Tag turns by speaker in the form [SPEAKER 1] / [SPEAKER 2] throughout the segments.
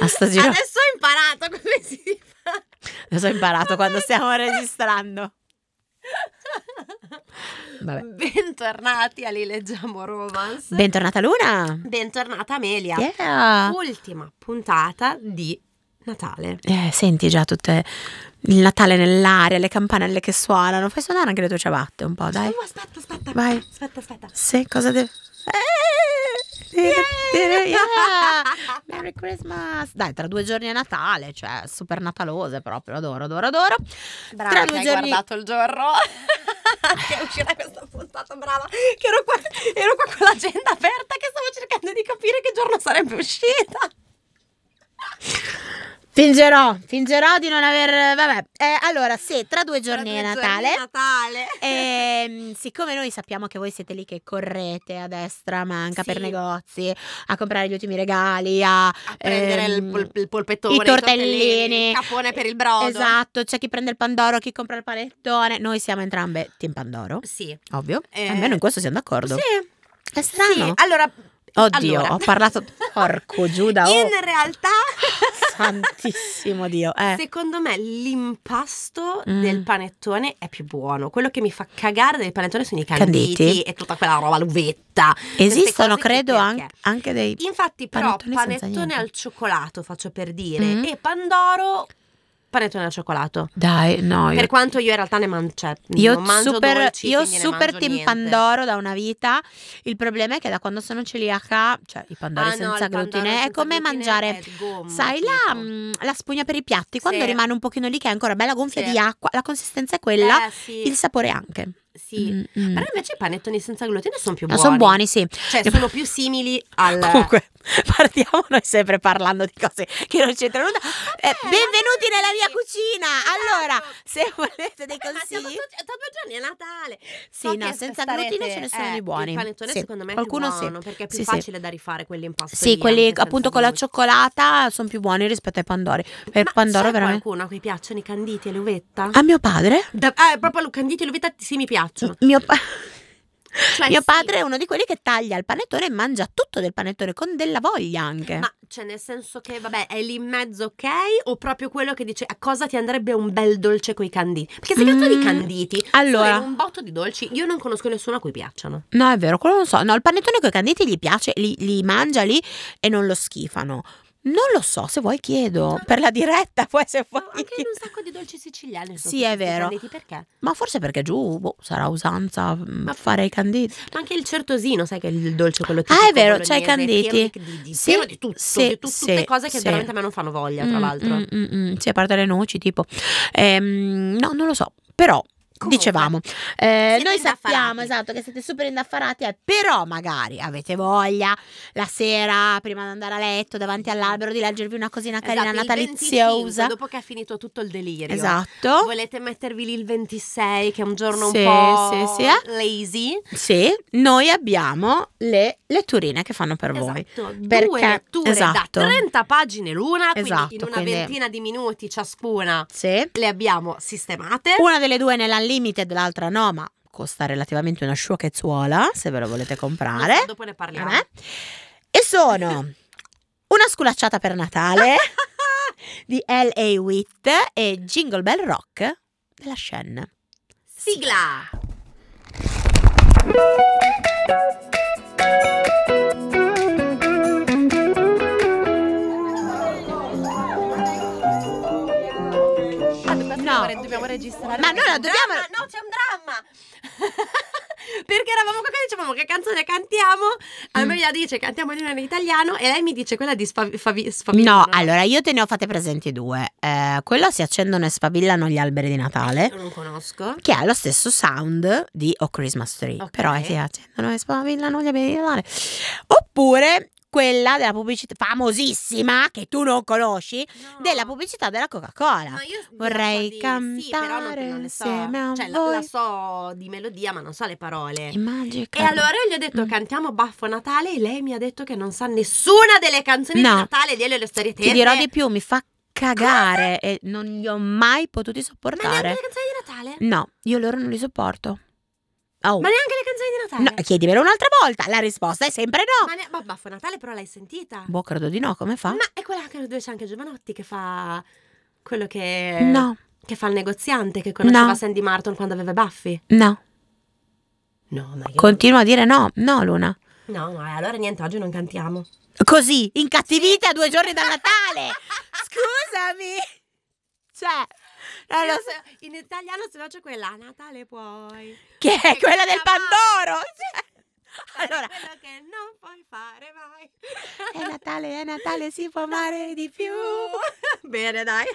[SPEAKER 1] A sto giro
[SPEAKER 2] Adesso ho imparato come si fa.
[SPEAKER 1] adesso ho imparato quando stiamo registrando. Vabbè.
[SPEAKER 2] Bentornati a Li Leggiamo Romance.
[SPEAKER 1] Bentornata Luna.
[SPEAKER 2] Bentornata Amelia.
[SPEAKER 1] Yeah.
[SPEAKER 2] Ultima puntata di Natale.
[SPEAKER 1] Eh, senti già tutte il Natale nell'aria, le campanelle che suonano. Fai suonare anche le tue ciabatte un po', dai.
[SPEAKER 2] Oh, aspetta, aspetta.
[SPEAKER 1] Vai.
[SPEAKER 2] Aspetta, aspetta.
[SPEAKER 1] Se cosa deve. Eh, dire- dire- yeah. Merry Christmas! Dai, tra due giorni è Natale, cioè super natalose proprio, adoro, adoro, adoro.
[SPEAKER 2] Brava,
[SPEAKER 1] Tra
[SPEAKER 2] che
[SPEAKER 1] due
[SPEAKER 2] hai
[SPEAKER 1] giorni-
[SPEAKER 2] guardato il giorno. che uscirà questa puntata, brava. Che ero qua, ero qua con l'agenda aperta che stavo cercando di capire che giorno sarebbe uscita.
[SPEAKER 1] Fingerò, fingerò di non aver. Vabbè, Eh, allora, se tra due giorni è
[SPEAKER 2] Tra due giorni
[SPEAKER 1] Natale.
[SPEAKER 2] è Natale.
[SPEAKER 1] Ehm, siccome noi sappiamo che voi siete lì che correte a destra, a manca per
[SPEAKER 2] Sì.
[SPEAKER 1] negozi, a comprare gli ultimi regali, a,
[SPEAKER 2] a prendere il,
[SPEAKER 1] ehm,
[SPEAKER 2] pol- il polpettone,
[SPEAKER 1] i tortellini,
[SPEAKER 2] il capone per il brodo.
[SPEAKER 1] Esatto, c'è chi prende il pandoro, chi compra il panettone. Noi siamo entrambe team pandoro,
[SPEAKER 2] Sì.
[SPEAKER 1] ovvio.
[SPEAKER 2] Eh,
[SPEAKER 1] Almeno in questo siamo d'accordo.
[SPEAKER 2] Sì.
[SPEAKER 1] È strano.
[SPEAKER 2] Sì, allora
[SPEAKER 1] Oddio,
[SPEAKER 2] allora.
[SPEAKER 1] ho parlato porco Giuda. oh.
[SPEAKER 2] In realtà
[SPEAKER 1] Santissimo Dio. Eh.
[SPEAKER 2] Secondo me l'impasto
[SPEAKER 1] Mm.
[SPEAKER 2] del panettone è più buono. Quello che mi fa cagare del panettone sono i
[SPEAKER 1] Canditi.
[SPEAKER 2] canditi, e tutta quella roba, l'uvetta.
[SPEAKER 1] Esistono,
[SPEAKER 2] queste cose che
[SPEAKER 1] credo,
[SPEAKER 2] perché?
[SPEAKER 1] anche, anche dei...
[SPEAKER 2] Infatti, però,
[SPEAKER 1] Panettoni senza
[SPEAKER 2] panettone
[SPEAKER 1] niente.
[SPEAKER 2] al cioccolato, faccio per dire,
[SPEAKER 1] Mm.
[SPEAKER 2] e Pandoro, panettone al cioccolato.
[SPEAKER 1] Dai, no, io
[SPEAKER 2] Per quanto io in realtà ne mangio, cioè,
[SPEAKER 1] Io
[SPEAKER 2] non mangio
[SPEAKER 1] super,
[SPEAKER 2] dolci,
[SPEAKER 1] io
[SPEAKER 2] quindi ne
[SPEAKER 1] super
[SPEAKER 2] mangio
[SPEAKER 1] team
[SPEAKER 2] niente.
[SPEAKER 1] pandoro da una vita. Il problema è che da quando sono celiaca, cioè i pandori
[SPEAKER 2] Ah, no,
[SPEAKER 1] senza
[SPEAKER 2] il pandoro
[SPEAKER 1] glutine, è
[SPEAKER 2] senza
[SPEAKER 1] come
[SPEAKER 2] glutine
[SPEAKER 1] mangiare,
[SPEAKER 2] è gomma,
[SPEAKER 1] sai, la,
[SPEAKER 2] tipo.
[SPEAKER 1] mm, la spugna per i piatti, quando
[SPEAKER 2] Sì.
[SPEAKER 1] rimane un pochino lì che è ancora bella gonfia
[SPEAKER 2] Sì.
[SPEAKER 1] di acqua, la consistenza è quella,
[SPEAKER 2] Eh, sì,
[SPEAKER 1] il sapore anche.
[SPEAKER 2] sì.
[SPEAKER 1] Mm, mm.
[SPEAKER 2] Però invece i panettoni senza glutine sono più
[SPEAKER 1] No,
[SPEAKER 2] buoni.
[SPEAKER 1] sono buoni, sì.
[SPEAKER 2] Cioè, sono più simili al...
[SPEAKER 1] Comunque, partiamo noi sempre parlando di cose che non c'entrano nulla. Eh,
[SPEAKER 2] Vabbè,
[SPEAKER 1] benvenuti
[SPEAKER 2] vabbè,
[SPEAKER 1] nella
[SPEAKER 2] sì.
[SPEAKER 1] mia cucina.
[SPEAKER 2] Esatto. Eh,
[SPEAKER 1] Allora, se volete dei
[SPEAKER 2] Ma siamo
[SPEAKER 1] consigli,
[SPEAKER 2] tutti- tra due giorni è Natale.
[SPEAKER 1] sì, no, senza glutine ce ne sono di buoni.
[SPEAKER 2] eh, Il panettone
[SPEAKER 1] Sì,
[SPEAKER 2] secondo me
[SPEAKER 1] qualcuno
[SPEAKER 2] è
[SPEAKER 1] sì.
[SPEAKER 2] più buono perché è più
[SPEAKER 1] Sì, sì.
[SPEAKER 2] facile da rifare quell'impasto.
[SPEAKER 1] Sì, quelli appunto con la cioccolata sono più buoni rispetto ai pandori. Per pandoro veramente.
[SPEAKER 2] qualcuno a cui piacciono i canditi e le uvetta?
[SPEAKER 1] A mio padre?
[SPEAKER 2] Da- ah, proprio i canditi e le uvetta sì mi piacciono.
[SPEAKER 1] Mio, pa-
[SPEAKER 2] Cioè,
[SPEAKER 1] mio
[SPEAKER 2] sì,
[SPEAKER 1] padre è uno di quelli che taglia il panettone e mangia tutto del panettone con della voglia anche.
[SPEAKER 2] Ma cioè nel senso che vabbè è lì in mezzo ok o proprio quello che dice a cosa ti andrebbe un bel dolce con i canditi? Perché se cazzo di
[SPEAKER 1] Mm,
[SPEAKER 2] canditi
[SPEAKER 1] allora.
[SPEAKER 2] sono un botto di dolci io non conosco nessuno a cui piacciono.
[SPEAKER 1] No, è vero, quello non so. No, il panettone con i canditi gli piace, li, li mangia lì e non lo schifano. Non lo so, se vuoi chiedo. Per la diretta, poi se
[SPEAKER 2] Ma
[SPEAKER 1] vuoi.
[SPEAKER 2] anche in un sacco di dolci siciliani. sono
[SPEAKER 1] Sì, è
[SPEAKER 2] tutti questi
[SPEAKER 1] vero.
[SPEAKER 2] Canditi perché?
[SPEAKER 1] Ma forse perché giù boh, sarà usanza mm, fare i canditi.
[SPEAKER 2] Ma anche il certosino, sai che è il dolce quello
[SPEAKER 1] Ah,
[SPEAKER 2] tipico
[SPEAKER 1] è vero, c'è i
[SPEAKER 2] bolognese,
[SPEAKER 1] canditi.
[SPEAKER 2] pieno di, di,
[SPEAKER 1] Sì,
[SPEAKER 2] pieno di tutto,
[SPEAKER 1] sì,
[SPEAKER 2] di tu-
[SPEAKER 1] sì,
[SPEAKER 2] tutte cose che
[SPEAKER 1] sì.
[SPEAKER 2] veramente a me non fanno voglia, tra
[SPEAKER 1] Mm,
[SPEAKER 2] l'altro.
[SPEAKER 1] mm, mm, mm. Sì, a parte le noci, tipo. Ehm, no, non lo so. Però,
[SPEAKER 2] Comunque,
[SPEAKER 1] dicevamo, eh,
[SPEAKER 2] siete
[SPEAKER 1] noi sappiamo
[SPEAKER 2] indaffarati.
[SPEAKER 1] esatto che siete super indaffarati, eh, però magari avete voglia la sera, prima di andare a letto, davanti all'albero, di leggervi una cosina
[SPEAKER 2] Esatto,
[SPEAKER 1] carina
[SPEAKER 2] il 25,
[SPEAKER 1] nataliziosa.
[SPEAKER 2] dopo che è finito tutto il delirio.
[SPEAKER 1] Esatto.
[SPEAKER 2] Volete mettervi lì il 26, che è un giorno
[SPEAKER 1] Sì,
[SPEAKER 2] un po'
[SPEAKER 1] sì, sì, eh.
[SPEAKER 2] lazy?
[SPEAKER 1] Sì, noi abbiamo le letturine che fanno per voi.
[SPEAKER 2] Esatto, due
[SPEAKER 1] Perché-
[SPEAKER 2] letture
[SPEAKER 1] esatto.
[SPEAKER 2] da 30 pagine l'una,
[SPEAKER 1] Esatto,
[SPEAKER 2] quindi in una
[SPEAKER 1] quindi-
[SPEAKER 2] ventina di minuti ciascuna
[SPEAKER 1] Sì.
[SPEAKER 2] le abbiamo sistemate.
[SPEAKER 1] Una delle due è nella limited, l'altra no, ma costa relativamente una sciocchezzuola, se ve lo volete comprare.
[SPEAKER 2] Non so, dopo ne parliamo.
[SPEAKER 1] Eh? E sono una sculacciata per Natale di L.A. Witt e Jingle Bell Rock della Shen.
[SPEAKER 2] Sigla!
[SPEAKER 1] No.
[SPEAKER 2] dobbiamo registrare.
[SPEAKER 1] Ma noi la
[SPEAKER 2] C'è un
[SPEAKER 1] dobbiamo-
[SPEAKER 2] dramma, No, c'è un dramma! Perché eravamo qua che dicevamo che canzone cantiamo.
[SPEAKER 1] Mm.
[SPEAKER 2] Amelia dice cantiamo di una in italiano e lei mi dice quella di Sfavi- Favi- Sfavillino.
[SPEAKER 1] No, allora io te ne ho fatte presenti due. Eh, quella si accendono e sfavillano gli alberi di Natale.
[SPEAKER 2] Io Non conosco.
[SPEAKER 1] Che ha lo stesso sound di O Christmas Tree.
[SPEAKER 2] Ok.
[SPEAKER 1] Però eh, si accendono e spavillano gli alberi di Natale. Oppure quella della pubblicità famosissima che tu non conosci, della pubblicità della Coca-Cola.
[SPEAKER 2] Ma io
[SPEAKER 1] Vorrei
[SPEAKER 2] di- sì, però non,
[SPEAKER 1] cantare
[SPEAKER 2] non le so.
[SPEAKER 1] insieme a
[SPEAKER 2] Cioè, la,
[SPEAKER 1] voi.
[SPEAKER 2] la so di melodia, ma non so le parole.
[SPEAKER 1] È magica.
[SPEAKER 2] E allora io gli ho detto
[SPEAKER 1] Mm.
[SPEAKER 2] cantiamo Baffo Natale e lei mi ha detto che non sa nessuna delle canzoni
[SPEAKER 1] No.
[SPEAKER 2] di Natale di Elio e le storie
[SPEAKER 1] Ti
[SPEAKER 2] tese.
[SPEAKER 1] dirò di più, mi fa cagare e non li ho mai potuti
[SPEAKER 2] Ma neanche
[SPEAKER 1] sopportare.
[SPEAKER 2] le canzoni di Natale?
[SPEAKER 1] No, io loro non li sopporto. Oh.
[SPEAKER 2] Ma neanche le canzoni di Natale?
[SPEAKER 1] No, chiedimelo un'altra volta. La risposta è sempre no.
[SPEAKER 2] Ma, ne- ma Baffo Natale però l'hai sentita?
[SPEAKER 1] Boh, credo di no. Come fa?
[SPEAKER 2] Ma è quella che- dove c'è anche Giovanotti che fa quello che...
[SPEAKER 1] No,
[SPEAKER 2] Che fa il negoziante che conosceva
[SPEAKER 1] No.
[SPEAKER 2] Sandy Martin quando aveva i baffi?
[SPEAKER 1] no.
[SPEAKER 2] No, ma io...
[SPEAKER 1] Continua a dire no. No, Luna.
[SPEAKER 2] No, no, eh, allora niente, oggi non cantiamo.
[SPEAKER 1] Così, incattivita a due giorni da Natale. Scusami. Cioè, non lo
[SPEAKER 2] Io
[SPEAKER 1] so.
[SPEAKER 2] se- In italiano se no c'è quella, "A Natale puoi.
[SPEAKER 1] Che è quella del
[SPEAKER 2] Chiamare.
[SPEAKER 1] Pandoro. Cioè,
[SPEAKER 2] fare
[SPEAKER 1] allora,
[SPEAKER 2] Quello che non puoi fare mai.
[SPEAKER 1] è Natale, è Natale, si può amare di più.
[SPEAKER 2] Bene, dai.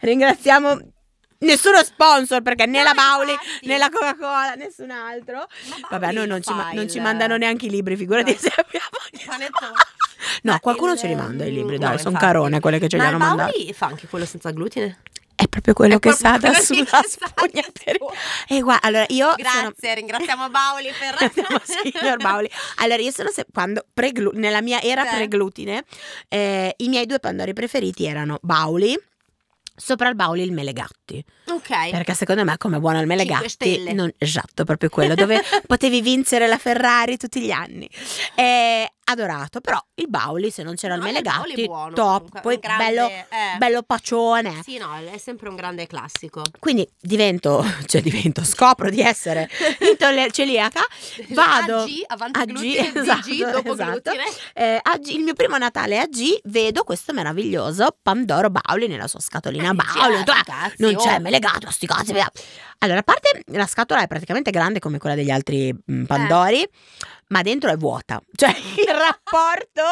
[SPEAKER 1] Ringraziamo nessuno sponsor perché né
[SPEAKER 2] No,
[SPEAKER 1] la Bauli
[SPEAKER 2] infatti.
[SPEAKER 1] né la Coca-Cola, nessun altro.
[SPEAKER 2] Ma
[SPEAKER 1] Vabbè, noi non ci, ma-
[SPEAKER 2] fai
[SPEAKER 1] non ci
[SPEAKER 2] il-
[SPEAKER 1] mandano neanche i libri, figurati
[SPEAKER 2] No.
[SPEAKER 1] se abbiamo.
[SPEAKER 2] Panettone.
[SPEAKER 1] No,
[SPEAKER 2] Ma
[SPEAKER 1] qualcuno
[SPEAKER 2] il-
[SPEAKER 1] ci rimanda i libri, dai,
[SPEAKER 2] no,
[SPEAKER 1] sono
[SPEAKER 2] infatti.
[SPEAKER 1] carone quelle che ci
[SPEAKER 2] Ma il
[SPEAKER 1] hanno mandato.
[SPEAKER 2] Bauli fa anche quello senza glutine.
[SPEAKER 1] È proprio quello
[SPEAKER 2] È
[SPEAKER 1] che
[SPEAKER 2] proprio
[SPEAKER 1] sa da
[SPEAKER 2] quello che
[SPEAKER 1] sulla
[SPEAKER 2] sa da
[SPEAKER 1] spugnatella.
[SPEAKER 2] sulla-
[SPEAKER 1] E Eh, guarda, allora io sono
[SPEAKER 2] Grazie, ringraziamo Bauli per
[SPEAKER 1] Siamo signor Bauli. Allora, io sono se- quando preglu- nella mia era
[SPEAKER 2] Sì.
[SPEAKER 1] preglutine, eh, i miei due pandori preferiti erano Bauli. Sopra il Bauli il Melegatti.
[SPEAKER 2] Ok.
[SPEAKER 1] Perché secondo me, come buono il Melegatti,
[SPEAKER 2] Eh, stelle.
[SPEAKER 1] non, esatto, proprio quello dove potevi vincere la Ferrari tutti gli anni. Eh, adorato, però il Bauli, se non c'era il
[SPEAKER 2] No,
[SPEAKER 1] Melegatti,
[SPEAKER 2] Bauli è buono,
[SPEAKER 1] top.
[SPEAKER 2] comunque,
[SPEAKER 1] Poi
[SPEAKER 2] un grande-
[SPEAKER 1] bello,
[SPEAKER 2] eh.
[SPEAKER 1] bello pacione.
[SPEAKER 2] Sì, no, è sempre un grande classico.
[SPEAKER 1] Quindi divento, cioè divento, scopro di essere intolle- celiaca Vado.
[SPEAKER 2] AG, avanti
[SPEAKER 1] AG,
[SPEAKER 2] glutine, DG,
[SPEAKER 1] esatto,
[SPEAKER 2] dopo
[SPEAKER 1] esatto.
[SPEAKER 2] glutine.
[SPEAKER 1] Eh, a G- il mio primo Natale a G vedo questo meraviglioso Pandoro Bauli nella sua scatolina
[SPEAKER 2] Eh, dici,
[SPEAKER 1] Bauli.
[SPEAKER 2] ah,
[SPEAKER 1] Ho detto, "Ah,
[SPEAKER 2] cazzo,
[SPEAKER 1] non c'è,
[SPEAKER 2] oh.
[SPEAKER 1] me legato, sti cazzi. me la-". Allora, a parte la scatola è praticamente grande come quella degli altri
[SPEAKER 2] Eh.
[SPEAKER 1] mh, Pandori, ma dentro è vuota. Cioè, il rapporto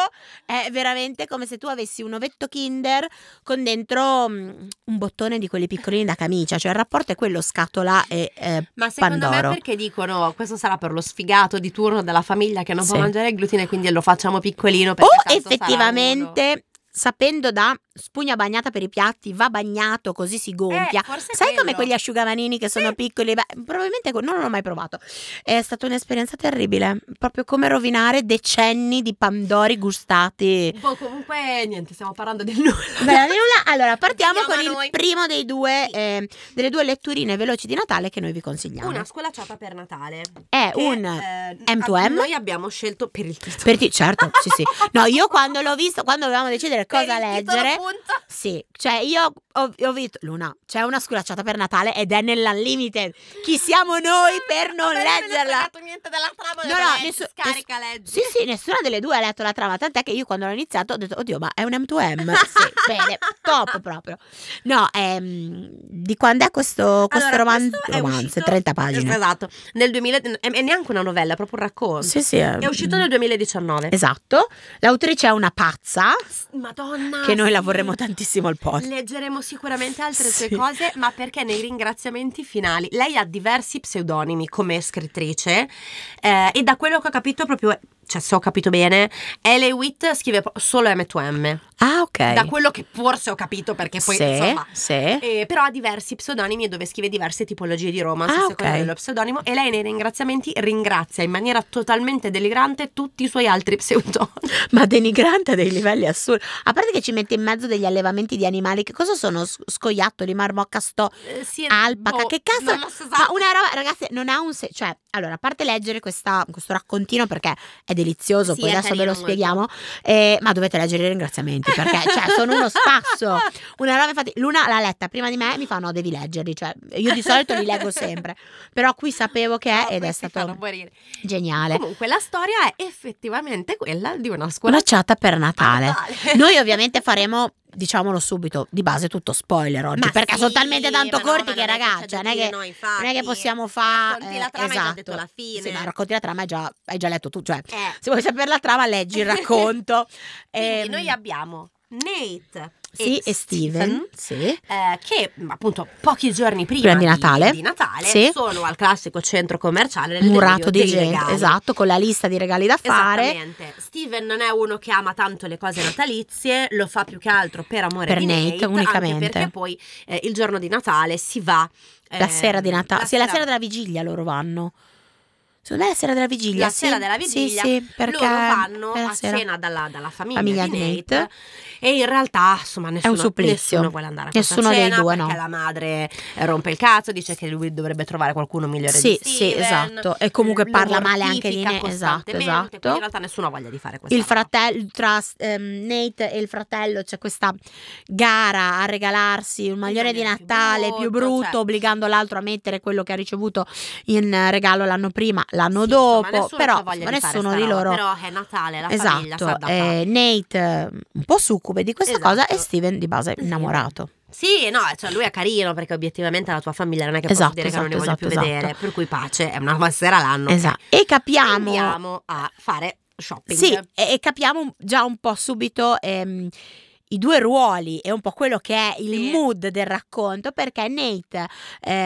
[SPEAKER 1] è veramente come se tu avessi un ovetto Kinder con dentro mh, un bottone di quelli piccolini da camicia. Cioè, il rapporto è quello scatola e eh,
[SPEAKER 2] Ma secondo
[SPEAKER 1] Pandoro.
[SPEAKER 2] me perché dicono questo sarà per lo sfigato di turno della famiglia che non
[SPEAKER 1] Sì.
[SPEAKER 2] può mangiare il glutine quindi lo facciamo piccolino
[SPEAKER 1] o
[SPEAKER 2] perché tanto sarà Eh,
[SPEAKER 1] effettivamente sapendo da spugna bagnata per i piatti va bagnato così si
[SPEAKER 2] uno. Eh,
[SPEAKER 1] gonfia
[SPEAKER 2] forse è
[SPEAKER 1] Sai come
[SPEAKER 2] quello.
[SPEAKER 1] quegli asciugamanini che sono piccoli? Beh, probabilmente que- non l'ho mai provato. È stata un'esperienza terribile. Proprio come rovinare decenni di pandori gustati.
[SPEAKER 2] Boh, comunque niente, stiamo parlando del nulla.
[SPEAKER 1] Beh, nulla. Allora, partiamo
[SPEAKER 2] Siamo
[SPEAKER 1] con
[SPEAKER 2] a
[SPEAKER 1] il
[SPEAKER 2] noi.
[SPEAKER 1] primo dei due, eh, delle due letturine veloci di Natale che noi vi consigliamo.
[SPEAKER 2] Una scolacciata per Natale.
[SPEAKER 1] È
[SPEAKER 2] Che,
[SPEAKER 1] un
[SPEAKER 2] eh,
[SPEAKER 1] M2M?
[SPEAKER 2] a- Noi abbiamo scelto per il titolo.
[SPEAKER 1] Per ti- certo, sì, sì. No, io quando l'ho visto, quando dovevamo decidere
[SPEAKER 2] Per
[SPEAKER 1] cosa
[SPEAKER 2] il titolo,
[SPEAKER 1] leggere,
[SPEAKER 2] punto.
[SPEAKER 1] Sì, cioè io ho, ho visto Luna, c'è una sculacciata per Natale ed è nell'unlimited. Chi siamo noi per non
[SPEAKER 2] Ah, Vabbè, me ne è
[SPEAKER 1] leggerla?
[SPEAKER 2] fregato niente della
[SPEAKER 1] No,
[SPEAKER 2] trama, ho detto,
[SPEAKER 1] no,
[SPEAKER 2] "Leggi,
[SPEAKER 1] nessu-
[SPEAKER 2] scarica, leggi".
[SPEAKER 1] Sì, sì, nessuna delle due ha letto la trama, tant'è che io quando l'ho iniziato ho detto, oddio, ma è un M2M. Sì, bene, top proprio. No, ehm, di quando è questo, questo
[SPEAKER 2] Allora,
[SPEAKER 1] roman-
[SPEAKER 2] questo è
[SPEAKER 1] romanzo?
[SPEAKER 2] uscito-
[SPEAKER 1] 30 pagine.
[SPEAKER 2] Esatto, nel 2000 è è neanche una novella, è proprio un racconto.
[SPEAKER 1] Sì, mm. sì.
[SPEAKER 2] È uscito nel 2019.
[SPEAKER 1] Esatto. L'autrice è una pazza,
[SPEAKER 2] Madonna.
[SPEAKER 1] che noi la
[SPEAKER 2] Ah, sì.
[SPEAKER 1] vorremmo tantissimo al podcast.
[SPEAKER 2] Leggeremo sicuramente altre sue
[SPEAKER 1] Sì.
[SPEAKER 2] cose, ma perché nei ringraziamenti finali lei ha diversi pseudonimi come scrittrice eh, e da quello che ho capito proprio, cioè se ho capito bene, Ellie Witt scrive po- solo M2M,
[SPEAKER 1] Ah, ok.
[SPEAKER 2] da quello che forse ho capito perché poi
[SPEAKER 1] sì,
[SPEAKER 2] insomma...
[SPEAKER 1] sì.
[SPEAKER 2] eh, però ha diversi pseudonimi dove scrive diverse tipologie di romance
[SPEAKER 1] Ah,
[SPEAKER 2] secondo
[SPEAKER 1] ok.
[SPEAKER 2] dello pseudonimo e lei nei ringraziamenti ringrazia in maniera totalmente delirante tutti i suoi altri pseudonimi.
[SPEAKER 1] Ma denigrante a dei livelli assurdi. A parte che ci mette in mezzo degli allevamenti di animali, che cosa sono? S- Scoiattoli, marmocca, sto.
[SPEAKER 2] Eh, sì,
[SPEAKER 1] Alpaca,
[SPEAKER 2] boh,
[SPEAKER 1] che cazzo?
[SPEAKER 2] non lo so
[SPEAKER 1] Ma
[SPEAKER 2] esatto.
[SPEAKER 1] una roba, ragazzi, non ha un. se- cioè, allora, a parte leggere questa- questo raccontino perché è delizioso,
[SPEAKER 2] Sì,
[SPEAKER 1] poi
[SPEAKER 2] è
[SPEAKER 1] adesso ve
[SPEAKER 2] carino
[SPEAKER 1] lo
[SPEAKER 2] molto.
[SPEAKER 1] spieghiamo. eh, ma dovete leggere i ringraziamenti perché, cioè, sono uno spasso. eh, Una roba, infatti, Luna l'ha letta prima di me e mi fa: No, devi leggerli. Cioè, io di solito li leggo sempre, però qui sapevo che è
[SPEAKER 2] No,
[SPEAKER 1] ed è
[SPEAKER 2] questi fanno
[SPEAKER 1] stato
[SPEAKER 2] morire.
[SPEAKER 1] geniale.
[SPEAKER 2] Comunque la storia è effettivamente quella di una scuola
[SPEAKER 1] Una chat per Natale.
[SPEAKER 2] Natale.
[SPEAKER 1] Noi ovviamente faremo, diciamolo subito, di base tutto spoiler oggi,
[SPEAKER 2] Ma
[SPEAKER 1] perché
[SPEAKER 2] sì,
[SPEAKER 1] sono talmente tanto
[SPEAKER 2] ma no,
[SPEAKER 1] corti
[SPEAKER 2] ma
[SPEAKER 1] che
[SPEAKER 2] non è
[SPEAKER 1] ragazzi,
[SPEAKER 2] c'è da
[SPEAKER 1] cioè, non, è
[SPEAKER 2] dire,
[SPEAKER 1] che,
[SPEAKER 2] no,
[SPEAKER 1] non è che
[SPEAKER 2] infatti.
[SPEAKER 1] possiamo fare...
[SPEAKER 2] Racconti la trama, hai già
[SPEAKER 1] esatto.
[SPEAKER 2] detto la fine.
[SPEAKER 1] Sì, ma racconti la trama, hai già, hai già letto tu, cioè...
[SPEAKER 2] Eh,
[SPEAKER 1] Se vuoi sapere la trama, leggi il racconto.
[SPEAKER 2] quindi
[SPEAKER 1] Ehm,
[SPEAKER 2] noi abbiamo Nate
[SPEAKER 1] sì, e Steven, sì.
[SPEAKER 2] Stephen, eh, che appunto pochi giorni prima,
[SPEAKER 1] Prima di Natale.
[SPEAKER 2] di Natale,
[SPEAKER 1] Sì.
[SPEAKER 2] sono al classico centro commerciale nel
[SPEAKER 1] Murato di
[SPEAKER 2] delirio dei
[SPEAKER 1] gente,
[SPEAKER 2] regali.
[SPEAKER 1] esatto, con la lista di regali da fare.
[SPEAKER 2] Esattamente. Steven non è uno che ama tanto le cose natalizie, lo fa più che altro per amore
[SPEAKER 1] Per
[SPEAKER 2] di
[SPEAKER 1] Nate,
[SPEAKER 2] Nate,
[SPEAKER 1] unicamente.
[SPEAKER 2] Anche perché poi eh, il giorno di Natale si va.
[SPEAKER 1] La
[SPEAKER 2] eh,
[SPEAKER 1] sera di Natale, sì, la sera
[SPEAKER 2] sera-
[SPEAKER 1] della vigilia loro vanno. Secondo me è la sera della vigilia.
[SPEAKER 2] La
[SPEAKER 1] sì.
[SPEAKER 2] sera della vigilia,
[SPEAKER 1] Sì, sì, perché
[SPEAKER 2] Loro vanno
[SPEAKER 1] è la
[SPEAKER 2] a
[SPEAKER 1] sera.
[SPEAKER 2] cena dalla, dalla famiglia,
[SPEAKER 1] Famiglia
[SPEAKER 2] di
[SPEAKER 1] di
[SPEAKER 2] Nate,
[SPEAKER 1] Nate.
[SPEAKER 2] e in realtà insomma nessuno,
[SPEAKER 1] supplizio.
[SPEAKER 2] nessuno vuole andare a questa
[SPEAKER 1] Nessuno dei
[SPEAKER 2] cena
[SPEAKER 1] due,
[SPEAKER 2] perché
[SPEAKER 1] no.
[SPEAKER 2] la madre eh, rompe il cazzo, dice che lui dovrebbe trovare qualcuno migliore
[SPEAKER 1] Sì,
[SPEAKER 2] di
[SPEAKER 1] sì,
[SPEAKER 2] Steven,
[SPEAKER 1] esatto. E comunque
[SPEAKER 2] lo
[SPEAKER 1] parla male anche di
[SPEAKER 2] mortifica
[SPEAKER 1] Nate. Esatto,
[SPEAKER 2] costantemente, quindi in
[SPEAKER 1] esatto.
[SPEAKER 2] realtà nessuno ha voglia di fare questa
[SPEAKER 1] Il
[SPEAKER 2] roba.
[SPEAKER 1] fratello, tra ehm, Nate e il fratello c'è questa gara a regalarsi un maglione di
[SPEAKER 2] maglione più
[SPEAKER 1] Natale più
[SPEAKER 2] brutto,
[SPEAKER 1] brutto,
[SPEAKER 2] cioè-
[SPEAKER 1] obbligando l'altro a mettere quello che ha ricevuto in eh, regalo l'anno prima, l'anno
[SPEAKER 2] Sì, insomma,
[SPEAKER 1] dopo.
[SPEAKER 2] nessuno
[SPEAKER 1] Però
[SPEAKER 2] ha voglia
[SPEAKER 1] insomma,
[SPEAKER 2] di fare
[SPEAKER 1] nessuno
[SPEAKER 2] sta
[SPEAKER 1] di
[SPEAKER 2] roba,
[SPEAKER 1] loro.
[SPEAKER 2] Però è Natale, la famiglia
[SPEAKER 1] esatto.
[SPEAKER 2] sta da fare.
[SPEAKER 1] eh, Nate, eh, un po' succube di questa
[SPEAKER 2] Esatto.
[SPEAKER 1] cosa, e Steven di base innamorato.
[SPEAKER 2] Sì, no, cioè lui è carino perché obiettivamente la tua famiglia non è che
[SPEAKER 1] Esatto,
[SPEAKER 2] posso dire che non li
[SPEAKER 1] esatto,
[SPEAKER 2] voglio più
[SPEAKER 1] esatto,
[SPEAKER 2] vedere,
[SPEAKER 1] esatto.
[SPEAKER 2] per cui pace, è una sera l'anno.
[SPEAKER 1] Esatto. E capiamo.
[SPEAKER 2] Andiamo a fare shopping.
[SPEAKER 1] Sì, e, e capiamo un- già un po' subito ehm, i due ruoli e un po' quello che è il
[SPEAKER 2] Sì.
[SPEAKER 1] mood del racconto, perché Nate,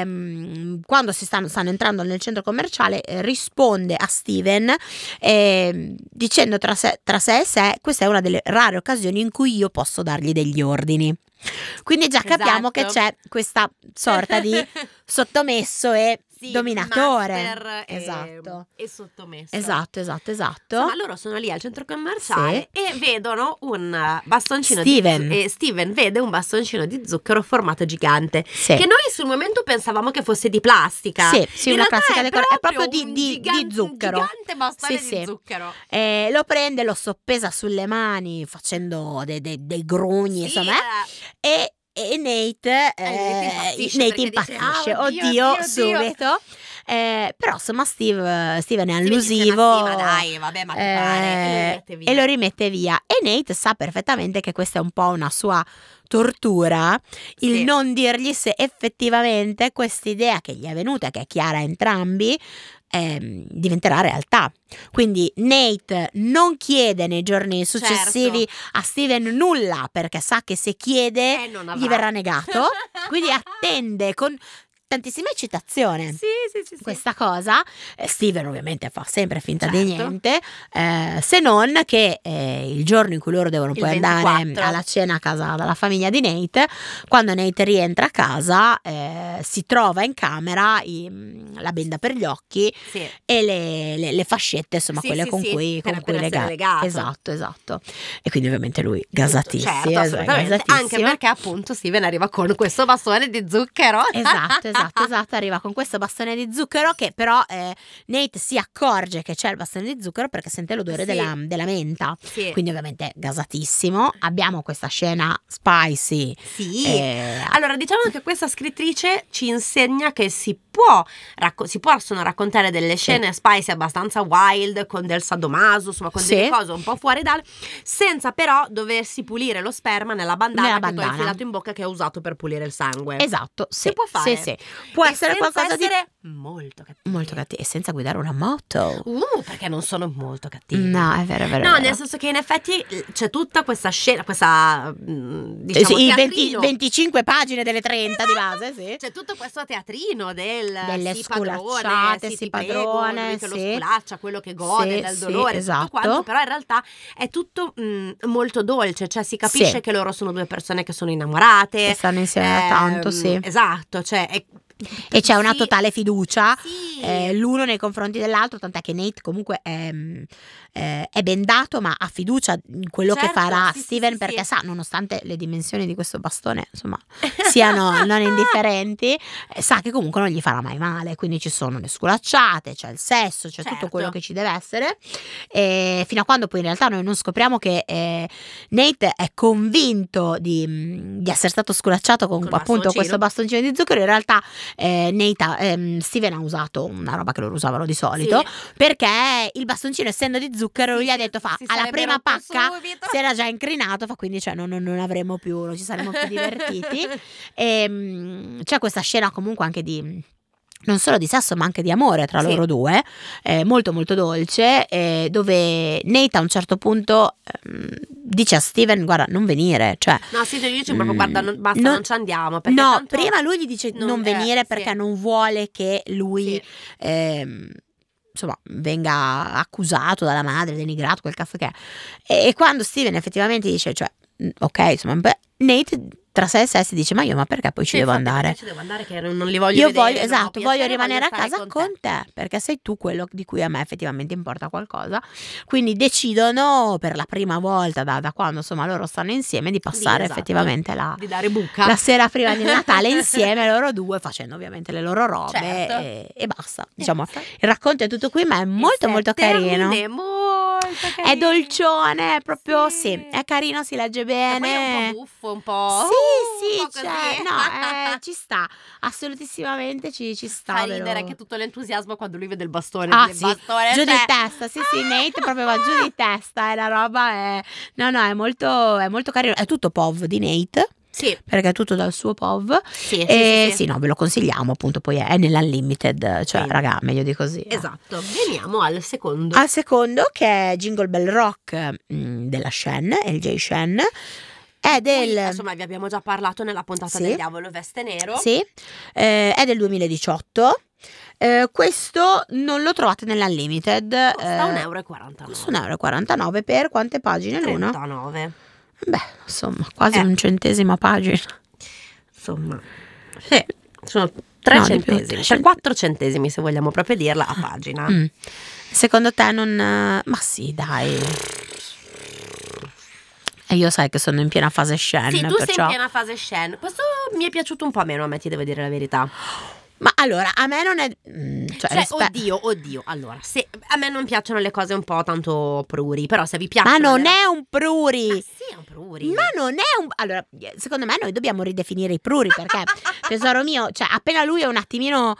[SPEAKER 1] ehm, quando si stanno, stanno entrando nel centro commerciale, eh, risponde a Steven ehm, dicendo tra sé, tra sé e sé, questa è una delle rare occasioni in cui io posso dargli degli ordini. Quindi già capiamo che
[SPEAKER 2] Esatto.
[SPEAKER 1] c'è questa sorta di sottomesso e
[SPEAKER 2] Sì, master
[SPEAKER 1] dominatore.
[SPEAKER 2] e-
[SPEAKER 1] Esatto.
[SPEAKER 2] E sottomesso.
[SPEAKER 1] Esatto, esatto, esatto.
[SPEAKER 2] Ma loro sono lì al centro commerciale e vedono un eh, bastoncino
[SPEAKER 1] Steven.
[SPEAKER 2] di e Steven vede un bastoncino di zucchero formato gigante
[SPEAKER 1] Sì.
[SPEAKER 2] che noi sul momento pensavamo che fosse di plastica.
[SPEAKER 1] Sì, sì,
[SPEAKER 2] In
[SPEAKER 1] una
[SPEAKER 2] realtà
[SPEAKER 1] classica
[SPEAKER 2] è
[SPEAKER 1] decora- è proprio
[SPEAKER 2] un
[SPEAKER 1] di, di- di
[SPEAKER 2] gigan-
[SPEAKER 1] zucchero.
[SPEAKER 2] Un gigante bastone
[SPEAKER 1] Sì,
[SPEAKER 2] di
[SPEAKER 1] sì.
[SPEAKER 2] zucchero.
[SPEAKER 1] Eh, lo prende, lo soppesa sulle mani facendo de- de- dei grugni,
[SPEAKER 2] Sì,
[SPEAKER 1] insomma. eh,
[SPEAKER 2] eh,
[SPEAKER 1] E, e Nate,
[SPEAKER 2] Eh,
[SPEAKER 1] eh,
[SPEAKER 2] Nate impazzisce
[SPEAKER 1] Nate
[SPEAKER 2] perché dice,
[SPEAKER 1] impazzisce,
[SPEAKER 2] "Ah, oddio,
[SPEAKER 1] oddio,
[SPEAKER 2] oddio, oddio."
[SPEAKER 1] subito. Eh, però insomma Steve, Steven è
[SPEAKER 2] Steven dice,
[SPEAKER 1] allusivo.
[SPEAKER 2] "Ma sì, ma dai, vabbè, ma ti pare", e lo rimette
[SPEAKER 1] eh,
[SPEAKER 2] via.
[SPEAKER 1] e lo rimette via. E Nate sa perfettamente che questa è un po' una sua tortura, il
[SPEAKER 2] Sì.
[SPEAKER 1] non dirgli se effettivamente questa idea che gli è venuta, che è chiara a entrambi, ehm, diventerà realtà. Quindi Nate non chiede nei giorni successivi a Steven nulla perché sa che se chiede
[SPEAKER 2] Certo. Eh, non
[SPEAKER 1] gli
[SPEAKER 2] avrà.
[SPEAKER 1] verrà negato, quindi attende con tantissima eccitazione.
[SPEAKER 2] Sì, sì, sì, sì.
[SPEAKER 1] Questa cosa, Eh, Steven ovviamente fa sempre finta di
[SPEAKER 2] Certo.
[SPEAKER 1] niente, eh, se non che eh, il giorno in cui loro devono
[SPEAKER 2] Il
[SPEAKER 1] poi
[SPEAKER 2] 24.
[SPEAKER 1] andare alla cena a casa dalla famiglia di Nate, quando Nate rientra a casa eh, si trova in camera i- la benda per gli occhi
[SPEAKER 2] Sì.
[SPEAKER 1] e le, le- le fascette, insomma,
[SPEAKER 2] Sì,
[SPEAKER 1] quelle
[SPEAKER 2] sì,
[SPEAKER 1] con
[SPEAKER 2] sì,
[SPEAKER 1] cui,
[SPEAKER 2] per-
[SPEAKER 1] con
[SPEAKER 2] per
[SPEAKER 1] cui
[SPEAKER 2] essere
[SPEAKER 1] lega-
[SPEAKER 2] legato.
[SPEAKER 1] Esatto, esatto. E quindi ovviamente lui gasatissimo. eh,
[SPEAKER 2] Certo, assolutamente. Anche perché appunto Steven arriva con questo bastone di zucchero.
[SPEAKER 1] Esatto, esatto, esatto. Arriva con questo bastone di zucchero che però eh, Nate si accorge che c'è il bastone di zucchero perché sente l'odore
[SPEAKER 2] Sì.
[SPEAKER 1] della, della menta.
[SPEAKER 2] Sì.
[SPEAKER 1] Quindi ovviamente gasatissimo. Abbiamo questa scena spicy.
[SPEAKER 2] Sì.
[SPEAKER 1] eh,
[SPEAKER 2] Allora, diciamo che questa scrittrice ci insegna che si, può racco- si possono raccontare delle scene spicy abbastanza wild, con del sadomaso, insomma, con delle
[SPEAKER 1] Sì.
[SPEAKER 2] cose un po' fuori dal, senza però doversi pulire lo sperma nella bandana
[SPEAKER 1] Nella
[SPEAKER 2] che tu hai
[SPEAKER 1] bandana.
[SPEAKER 2] infilato in bocca che hai usato per pulire il sangue.
[SPEAKER 1] esatto, sì,
[SPEAKER 2] Si può fare.
[SPEAKER 1] Sì, sì. Può
[SPEAKER 2] E
[SPEAKER 1] essere
[SPEAKER 2] senza
[SPEAKER 1] qualcosa
[SPEAKER 2] essere molto cattivo.
[SPEAKER 1] di molto cattivo e senza guidare una moto.
[SPEAKER 2] Uh, perché non sono molto cattivi.
[SPEAKER 1] Eh, No, è vero, è vero. è
[SPEAKER 2] No,
[SPEAKER 1] vero.
[SPEAKER 2] nel senso che in effetti eh, c'è tutta questa scena, questa mm,
[SPEAKER 1] Eh,
[SPEAKER 2] diciamo
[SPEAKER 1] sì, i 20
[SPEAKER 2] teatrino. Esatto.
[SPEAKER 1] 25 pagine delle 30 di base, sì.
[SPEAKER 2] C'è tutto questo teatrino del
[SPEAKER 1] Delle
[SPEAKER 2] sì, padrone,
[SPEAKER 1] sculacciate,
[SPEAKER 2] sì,
[SPEAKER 1] sì,
[SPEAKER 2] ti
[SPEAKER 1] padrone,
[SPEAKER 2] prego, lui che lo
[SPEAKER 1] sì.
[SPEAKER 2] sculaccia, quello che gode
[SPEAKER 1] Sì,
[SPEAKER 2] del
[SPEAKER 1] sì,
[SPEAKER 2] dolore, tutto
[SPEAKER 1] esatto.
[SPEAKER 2] quanto, però in realtà è tutto mm, molto dolce, cioè si capisce
[SPEAKER 1] Sì.
[SPEAKER 2] che loro sono due persone che sono innamorate.
[SPEAKER 1] Che stanno insieme da tanto,
[SPEAKER 2] Esatto. ehm,
[SPEAKER 1] sì.
[SPEAKER 2] Esatto, cioè è-
[SPEAKER 1] E c'è una
[SPEAKER 2] sì,
[SPEAKER 1] totale fiducia
[SPEAKER 2] sì.
[SPEAKER 1] eh, l'uno nei confronti dell'altro, tant'è che Nate comunque è, mm, eh, è bendato, ma ha fiducia in quello che
[SPEAKER 2] Certo,
[SPEAKER 1] farà
[SPEAKER 2] sì, sì,
[SPEAKER 1] Steven,
[SPEAKER 2] sì,
[SPEAKER 1] perché
[SPEAKER 2] sì.
[SPEAKER 1] sa, nonostante le dimensioni di questo bastone, insomma, siano non indifferenti, eh, sa che comunque non gli farà mai male. Quindi ci sono le sculacciate, c'è il sesso, c'è
[SPEAKER 2] Certo.
[SPEAKER 1] tutto quello che ci deve essere. E fino a quando poi in realtà noi non scopriamo che eh, Nate è convinto di, mm, di essere stato sculacciato con,
[SPEAKER 2] Col
[SPEAKER 1] appunto
[SPEAKER 2] bastoncino.
[SPEAKER 1] questo bastoncino di zucchero. In realtà eh, Nate ha- ehm, Steven ha usato una roba che loro usavano di solito
[SPEAKER 2] Sì,
[SPEAKER 1] perché il bastoncino essendo di zucchero gli ha detto fa
[SPEAKER 2] si
[SPEAKER 1] alla
[SPEAKER 2] sarebbe
[SPEAKER 1] prima
[SPEAKER 2] rotto
[SPEAKER 1] pacca
[SPEAKER 2] subito.
[SPEAKER 1] si era già incrinato fa quindi cioè non, non- non avremo più non ci saremmo più divertiti e mm, c'è questa scena comunque anche di non solo di sesso ma anche di amore tra
[SPEAKER 2] Sì.
[SPEAKER 1] loro due eh, molto molto dolce eh, dove Nate a un certo punto ehm, dice a Steven guarda non venire cioè
[SPEAKER 2] No, sì, io dice proprio
[SPEAKER 1] Mm,
[SPEAKER 2] guarda, non- basta,
[SPEAKER 1] no-
[SPEAKER 2] non ci andiamo. Perché
[SPEAKER 1] no,
[SPEAKER 2] tanto-
[SPEAKER 1] prima lui gli dice
[SPEAKER 2] non-
[SPEAKER 1] non,
[SPEAKER 2] eh,
[SPEAKER 1] venire
[SPEAKER 2] sì.
[SPEAKER 1] perché non vuole che lui
[SPEAKER 2] Sì.
[SPEAKER 1] ehm, insomma, venga accusato dalla madre, denigrato, quel cazzo che è. E, e quando Steven effettivamente dice, cioè, "Mm, ok, insomma, beh", Nate tra sé e sé si dice ma io ma perché poi ci
[SPEAKER 2] Sì,
[SPEAKER 1] devo
[SPEAKER 2] infatti,
[SPEAKER 1] andare?
[SPEAKER 2] perché Ci devo andare che non li voglio
[SPEAKER 1] Io
[SPEAKER 2] vedere,
[SPEAKER 1] voglio,
[SPEAKER 2] non ho
[SPEAKER 1] esatto,
[SPEAKER 2] piacere,
[SPEAKER 1] voglio rimanere a
[SPEAKER 2] stare
[SPEAKER 1] casa con te.
[SPEAKER 2] te.
[SPEAKER 1] perché sei tu quello di cui a me effettivamente importa qualcosa. Quindi decidono per la prima volta da, da quando insomma loro stanno insieme di passare
[SPEAKER 2] esatto.
[SPEAKER 1] effettivamente la,
[SPEAKER 2] Di dare buca.
[SPEAKER 1] la sera prima del Natale insieme loro due facendo ovviamente le loro robe
[SPEAKER 2] Certo.
[SPEAKER 1] e, e basta. Diciamo,
[SPEAKER 2] Basta.
[SPEAKER 1] il racconto è tutto qui ma è molto
[SPEAKER 2] E
[SPEAKER 1] molto
[SPEAKER 2] se
[SPEAKER 1] carino.
[SPEAKER 2] termine, molto
[SPEAKER 1] È
[SPEAKER 2] carino.
[SPEAKER 1] dolcione, è proprio sì.
[SPEAKER 2] Sì.
[SPEAKER 1] è carino, si legge
[SPEAKER 2] E poi è
[SPEAKER 1] bene.
[SPEAKER 2] un po' buffo, un po'.
[SPEAKER 1] Sì, sì,
[SPEAKER 2] uh, un po'
[SPEAKER 1] cioè,
[SPEAKER 2] così.
[SPEAKER 1] no, eh, ci sta, assolutissimamente ci, ci sta.
[SPEAKER 2] Fa
[SPEAKER 1] ve lo-
[SPEAKER 2] ridere anche tutto l'entusiasmo quando lui vede il bastone.
[SPEAKER 1] Ah,
[SPEAKER 2] il
[SPEAKER 1] sì,
[SPEAKER 2] bastone,
[SPEAKER 1] giù di
[SPEAKER 2] cioè-
[SPEAKER 1] testa, sì sì,
[SPEAKER 2] Ah!
[SPEAKER 1] Nate proprio va giù di testa, è la roba, è... no no, è molto, è molto carino, è tutto POV di Nate,
[SPEAKER 2] Sì,
[SPEAKER 1] perché è tutto dal suo POV,
[SPEAKER 2] Eh, sì, sì,
[SPEAKER 1] e
[SPEAKER 2] sì, sì.
[SPEAKER 1] sì, no, ve lo consigliamo appunto, poi è, è nell'Unlimited, cioè
[SPEAKER 2] Sì.
[SPEAKER 1] raga, meglio di così. eh.
[SPEAKER 2] Esatto. Veniamo al secondo.
[SPEAKER 1] Al secondo che è Jingle Bell Rock mm, della Shen, LJ Shen, è
[SPEAKER 2] Qui,
[SPEAKER 1] del...
[SPEAKER 2] insomma, vi abbiamo già parlato nella puntata
[SPEAKER 1] Sì.
[SPEAKER 2] del diavolo veste nero.
[SPEAKER 1] Sì, eh, è del 2018. Eh, questo non lo trovate nell'Unlimited.
[SPEAKER 2] Costa
[SPEAKER 1] eh,
[SPEAKER 2] 1,49 euro. e 49.
[SPEAKER 1] Costa 1,49 euro per quante pagine l'uno?
[SPEAKER 2] 39.
[SPEAKER 1] Beh, insomma, quasi
[SPEAKER 2] Eh.
[SPEAKER 1] un centesimo a pagina.
[SPEAKER 2] Insomma. Sì, sono 3
[SPEAKER 1] No, di più,
[SPEAKER 2] centesimi.
[SPEAKER 1] tre
[SPEAKER 2] Cioè
[SPEAKER 1] cent-
[SPEAKER 2] 4 centesimi, se vogliamo proprio dirla, a pagina.
[SPEAKER 1] Mm. Secondo te non... eh, Ma sì, dai. E io sai che sono in piena fase Shen,
[SPEAKER 2] Sì, tu sei in
[SPEAKER 1] Eh, perciò...
[SPEAKER 2] piena fase Shen. Questo mi è piaciuto un po' meno, a me ti devo dire la verità.
[SPEAKER 1] Ma allora, a me non è... mm, Cioè,
[SPEAKER 2] Cioè,
[SPEAKER 1] rispe-
[SPEAKER 2] oddio, oddio. Allora, se a me non piacciono le cose un po' tanto pruri, però se vi
[SPEAKER 1] Ma
[SPEAKER 2] piacciono.
[SPEAKER 1] non
[SPEAKER 2] le-
[SPEAKER 1] è un pruri!
[SPEAKER 2] Ma sì, è un pruri.
[SPEAKER 1] Ma non è un... Allora, eh, secondo me noi dobbiamo ridefinire i pruri perché, tesoro mio, cioè appena lui è un attimino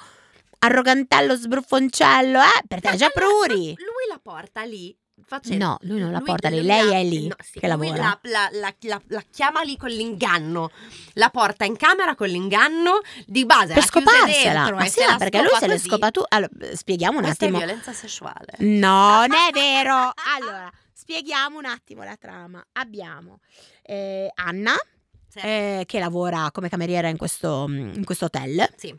[SPEAKER 1] arrogantello, sbruffoncello, eh, per te è già pruri.
[SPEAKER 2] Lui la porta lì. Facendo,
[SPEAKER 1] No, lui non la porta lei, lei è lì
[SPEAKER 2] no, sì,
[SPEAKER 1] che
[SPEAKER 2] lui
[SPEAKER 1] lavora.
[SPEAKER 2] La, la- la- la- la chiama lì con l'inganno, la porta in camera con l'inganno di base.
[SPEAKER 1] per
[SPEAKER 2] la chiude
[SPEAKER 1] scoparsela.
[SPEAKER 2] dentro
[SPEAKER 1] Ma
[SPEAKER 2] e
[SPEAKER 1] sì,
[SPEAKER 2] se la
[SPEAKER 1] perché lui
[SPEAKER 2] scopa
[SPEAKER 1] se l'è
[SPEAKER 2] così.
[SPEAKER 1] scopa tu. Allora, spieghiamo un
[SPEAKER 2] Questa è
[SPEAKER 1] attimo. Mm.
[SPEAKER 2] violenza sessuale.
[SPEAKER 1] No, non è vero. Allora, spieghiamo un attimo la trama. Abbiamo eh, Anna
[SPEAKER 2] Sì.
[SPEAKER 1] eh, che lavora come cameriera in questo, mm, in questo hotel.
[SPEAKER 2] Sì.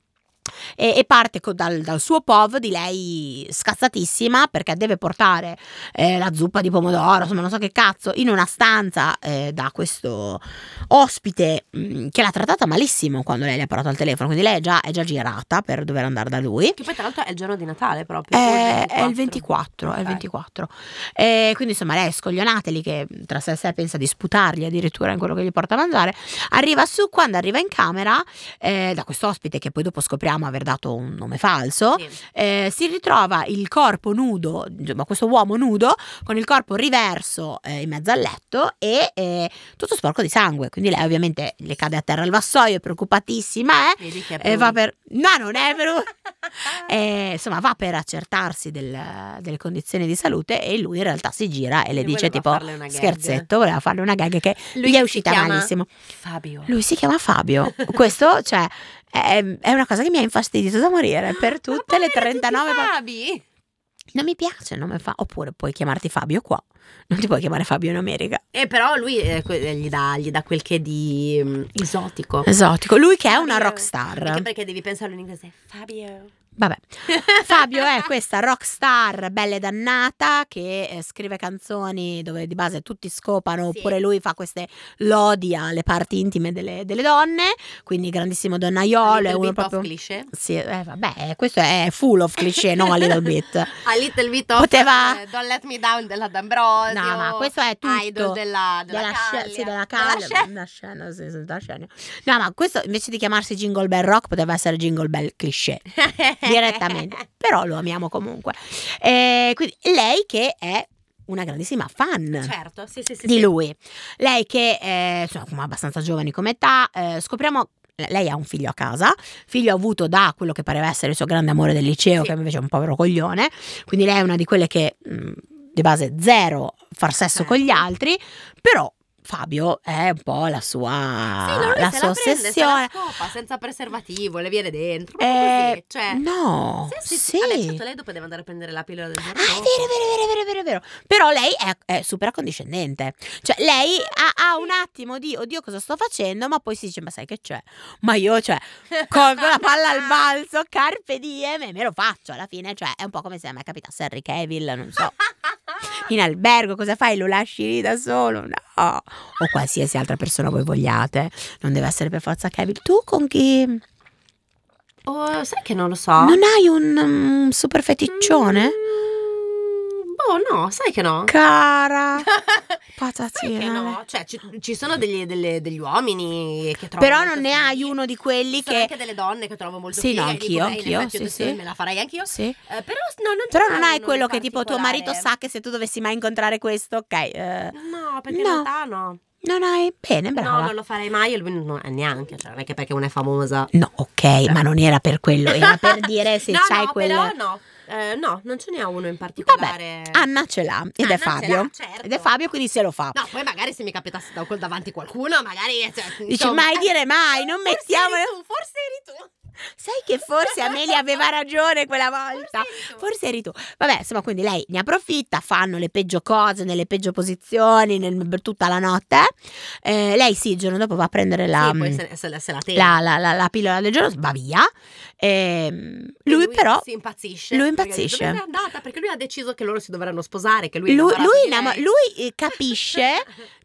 [SPEAKER 1] e, e parte co- dal, dal suo POV di lei scazzatissima perché deve portare eh, la zuppa di pomodoro, insomma non so che cazzo, in una stanza eh, da questo ospite mh, che l'ha trattata malissimo quando lei le ha parlato al telefono, quindi lei è già, è già girata per dover andare da lui.
[SPEAKER 2] Che poi tra l'altro è il giorno di Natale proprio. o
[SPEAKER 1] Eh, È il 24, è il
[SPEAKER 2] Ok.
[SPEAKER 1] 24. E quindi insomma lei è scoglionata lì che tra sé e sé pensa di sputargli addirittura in quello che gli porta a mangiare. Arriva su, quando arriva in camera, eh, da questo ospite che poi dopo scopriamo aver dato un nome falso,
[SPEAKER 2] Sì.
[SPEAKER 1] eh, si ritrova il corpo nudo, insomma questo uomo nudo, con il corpo riverso eh, in mezzo al letto e eh, tutto sporco di sangue. Quindi lei ovviamente le cade a terra il vassoio, è preoccupatissima, eh,
[SPEAKER 2] Vedi che è
[SPEAKER 1] e va
[SPEAKER 2] pruri.
[SPEAKER 1] per... No, non è vero! E, insomma, va per accertarsi del- delle condizioni di salute e lui in realtà si gira e le
[SPEAKER 2] Lui
[SPEAKER 1] dice
[SPEAKER 2] voleva
[SPEAKER 1] tipo
[SPEAKER 2] farle una gag.
[SPEAKER 1] scherzetto, voleva farle una gag che
[SPEAKER 2] Lui
[SPEAKER 1] gli è
[SPEAKER 2] si
[SPEAKER 1] uscita
[SPEAKER 2] chiama
[SPEAKER 1] malissimo.
[SPEAKER 2] Fabio.
[SPEAKER 1] Lui si chiama Fabio. Questo, cioè, è, è una cosa che mi ha infastidito da morire per
[SPEAKER 2] Ma
[SPEAKER 1] tutte le
[SPEAKER 2] poveri tutti
[SPEAKER 1] 39 pa-
[SPEAKER 2] Fabi.
[SPEAKER 1] Non mi piace il nome fa. Oppure puoi chiamarti Fabio qua. Non ti puoi chiamare Fabio in America.
[SPEAKER 2] E però lui eh, que- gli, dà, gli dà quel che di mm, esotico.
[SPEAKER 1] Esotico. Lui che è una
[SPEAKER 2] Fabio.
[SPEAKER 1] rockstar.
[SPEAKER 2] Anche perché devi pensarlo in inglese. Fabio.
[SPEAKER 1] Vabbè. Fabio è questa rockstar bella e dannata che eh, scrive canzoni dove di base tutti scopano
[SPEAKER 2] Sì.
[SPEAKER 1] oppure lui fa queste lodi alle parti intime delle, delle donne, quindi grandissimo
[SPEAKER 2] A
[SPEAKER 1] donnaiolo, è
[SPEAKER 2] little
[SPEAKER 1] uno
[SPEAKER 2] bit of
[SPEAKER 1] proprio...
[SPEAKER 2] cliché.
[SPEAKER 1] Sì, eh, vabbè, questo è full of cliché, no? A little bit.
[SPEAKER 2] A little bit of
[SPEAKER 1] Poteva-
[SPEAKER 2] eh, Don't let me down della D'Ambrosio.
[SPEAKER 1] No, ma questo è tutto.
[SPEAKER 2] Idol della, della,
[SPEAKER 1] della scena,
[SPEAKER 2] Caglia.
[SPEAKER 1] sì, della
[SPEAKER 2] Della
[SPEAKER 1] Caglia,
[SPEAKER 2] scena.
[SPEAKER 1] una scena, sì, sì, della scena. No, ma questo invece di chiamarsi Jingle Bell Rock poteva essere Jingle Bell Cliché direttamente, però lo amiamo comunque. E quindi lei che è una grandissima fan.
[SPEAKER 2] Certo, sì, sì, sì.
[SPEAKER 1] Di
[SPEAKER 2] sì.
[SPEAKER 1] lui, lei che eh, insomma, come abbastanza giovani come età, eh, scopriamo. Lei ha un figlio a casa, figlio avuto da quello che pareva essere il suo grande amore del liceo,
[SPEAKER 2] Sì.
[SPEAKER 1] che invece è un povero coglione. Quindi lei è una di quelle che mh, di base zero far sesso con gli
[SPEAKER 2] Certo.
[SPEAKER 1] altri, però Fabio è un po' la sua,
[SPEAKER 2] Sì, no, lui
[SPEAKER 1] la
[SPEAKER 2] se
[SPEAKER 1] sua
[SPEAKER 2] la prende, se la
[SPEAKER 1] ossessione.
[SPEAKER 2] scopa, senza preservativo, le viene dentro. proprio
[SPEAKER 1] Eh,
[SPEAKER 2] così, cioè,
[SPEAKER 1] no,
[SPEAKER 2] Sì, sì, sì.
[SPEAKER 1] sì.
[SPEAKER 2] Vabbè, certo, lei dopo deve andare a prendere la pillola del
[SPEAKER 1] Ah, è
[SPEAKER 2] giorno
[SPEAKER 1] vero,
[SPEAKER 2] dopo.
[SPEAKER 1] è vero, è vero, è vero, è vero. Però lei è, è super accondiscendente. Cioè, lei ha, ha un attimo di oddio cosa sto facendo, ma poi si dice: Ma sai che c'è? Ma io, cioè, colgo la palla al balzo, carpe diem e me lo faccio alla fine. Cioè, è un po' come se a me capitasse Henry Cavill, non so. in albergo, cosa fai? Lo lasci lì da solo? No. O qualsiasi altra persona voi vogliate. Non deve essere per forza Kevin. Tu con chi?
[SPEAKER 2] Oh, sai che non lo so.
[SPEAKER 1] Non hai un um, super feticcione?
[SPEAKER 2] Mm, boh, no, sai che no.
[SPEAKER 1] Cara,
[SPEAKER 2] Sai che
[SPEAKER 1] patatina.
[SPEAKER 2] no? Cioè, ci, ci sono degli, delle- degli uomini che trovo.
[SPEAKER 1] Però
[SPEAKER 2] molto
[SPEAKER 1] non ne
[SPEAKER 2] fighi.
[SPEAKER 1] hai uno di quelli
[SPEAKER 2] Ci sono
[SPEAKER 1] che...
[SPEAKER 2] anche delle donne che trovo molto
[SPEAKER 1] Sì, no,
[SPEAKER 2] fighe, e
[SPEAKER 1] anch'io,
[SPEAKER 2] dico, "Eh, in
[SPEAKER 1] anch'io,
[SPEAKER 2] effetti
[SPEAKER 1] sì,
[SPEAKER 2] adesso
[SPEAKER 1] sì.
[SPEAKER 2] Me la farei anch'io.
[SPEAKER 1] Sì.
[SPEAKER 2] Eh, però no, non
[SPEAKER 1] Però
[SPEAKER 2] c'è
[SPEAKER 1] non hai
[SPEAKER 2] uno
[SPEAKER 1] quello
[SPEAKER 2] in
[SPEAKER 1] che tipo tuo marito
[SPEAKER 2] particolare.
[SPEAKER 1] sa che se tu dovessi mai incontrare questo, ok, eh,
[SPEAKER 2] No, perché
[SPEAKER 1] No.
[SPEAKER 2] in realtà no.
[SPEAKER 1] non hai... Bene, brava.
[SPEAKER 2] No, non lo farei mai e lui no, eh, neanche. Cioè, non è che perché una è famosa.
[SPEAKER 1] No, ok, ma non era per quello, era per dire se
[SPEAKER 2] no,
[SPEAKER 1] c'hai
[SPEAKER 2] no,
[SPEAKER 1] quelle...
[SPEAKER 2] Però no, Eh, no, non ce n'è uno in particolare.
[SPEAKER 1] Anna ce l'ha ed
[SPEAKER 2] Anna
[SPEAKER 1] è
[SPEAKER 2] ce
[SPEAKER 1] Fabio.
[SPEAKER 2] l'ha, certo.
[SPEAKER 1] Ed è Fabio, quindi se lo fa.
[SPEAKER 2] No, poi magari se mi capitasse da col davanti qualcuno, magari. Cioè,
[SPEAKER 1] Dici
[SPEAKER 2] insomma,
[SPEAKER 1] mai dire mai, non
[SPEAKER 2] Forse
[SPEAKER 1] mettiamo.
[SPEAKER 2] eri tu, forse eri tu.
[SPEAKER 1] Sai che forse Amelia aveva ragione quella volta.
[SPEAKER 2] Forse eri tu.
[SPEAKER 1] Forse eri tu. Vabbè, insomma, quindi lei ne approfitta, fanno le peggio cose, nelle peggio posizioni, nel- per tutta la notte. Eh, lei sì, il giorno dopo va a prendere la, mm,
[SPEAKER 2] Sì, poi se, se la, se la tende.
[SPEAKER 1] la- la- la- la pillola del giorno, va via. Ehm,
[SPEAKER 2] E
[SPEAKER 1] lui, però...
[SPEAKER 2] si impazzisce.
[SPEAKER 1] lui
[SPEAKER 2] perché dice,
[SPEAKER 1] impazzisce.
[SPEAKER 2] "Dove è andata?" Perché lui ha deciso che loro si dovranno sposare, che lui
[SPEAKER 1] Lui,
[SPEAKER 2] è innamorato
[SPEAKER 1] lui
[SPEAKER 2] di
[SPEAKER 1] innamo-
[SPEAKER 2] lei.
[SPEAKER 1] lui, eh, capisce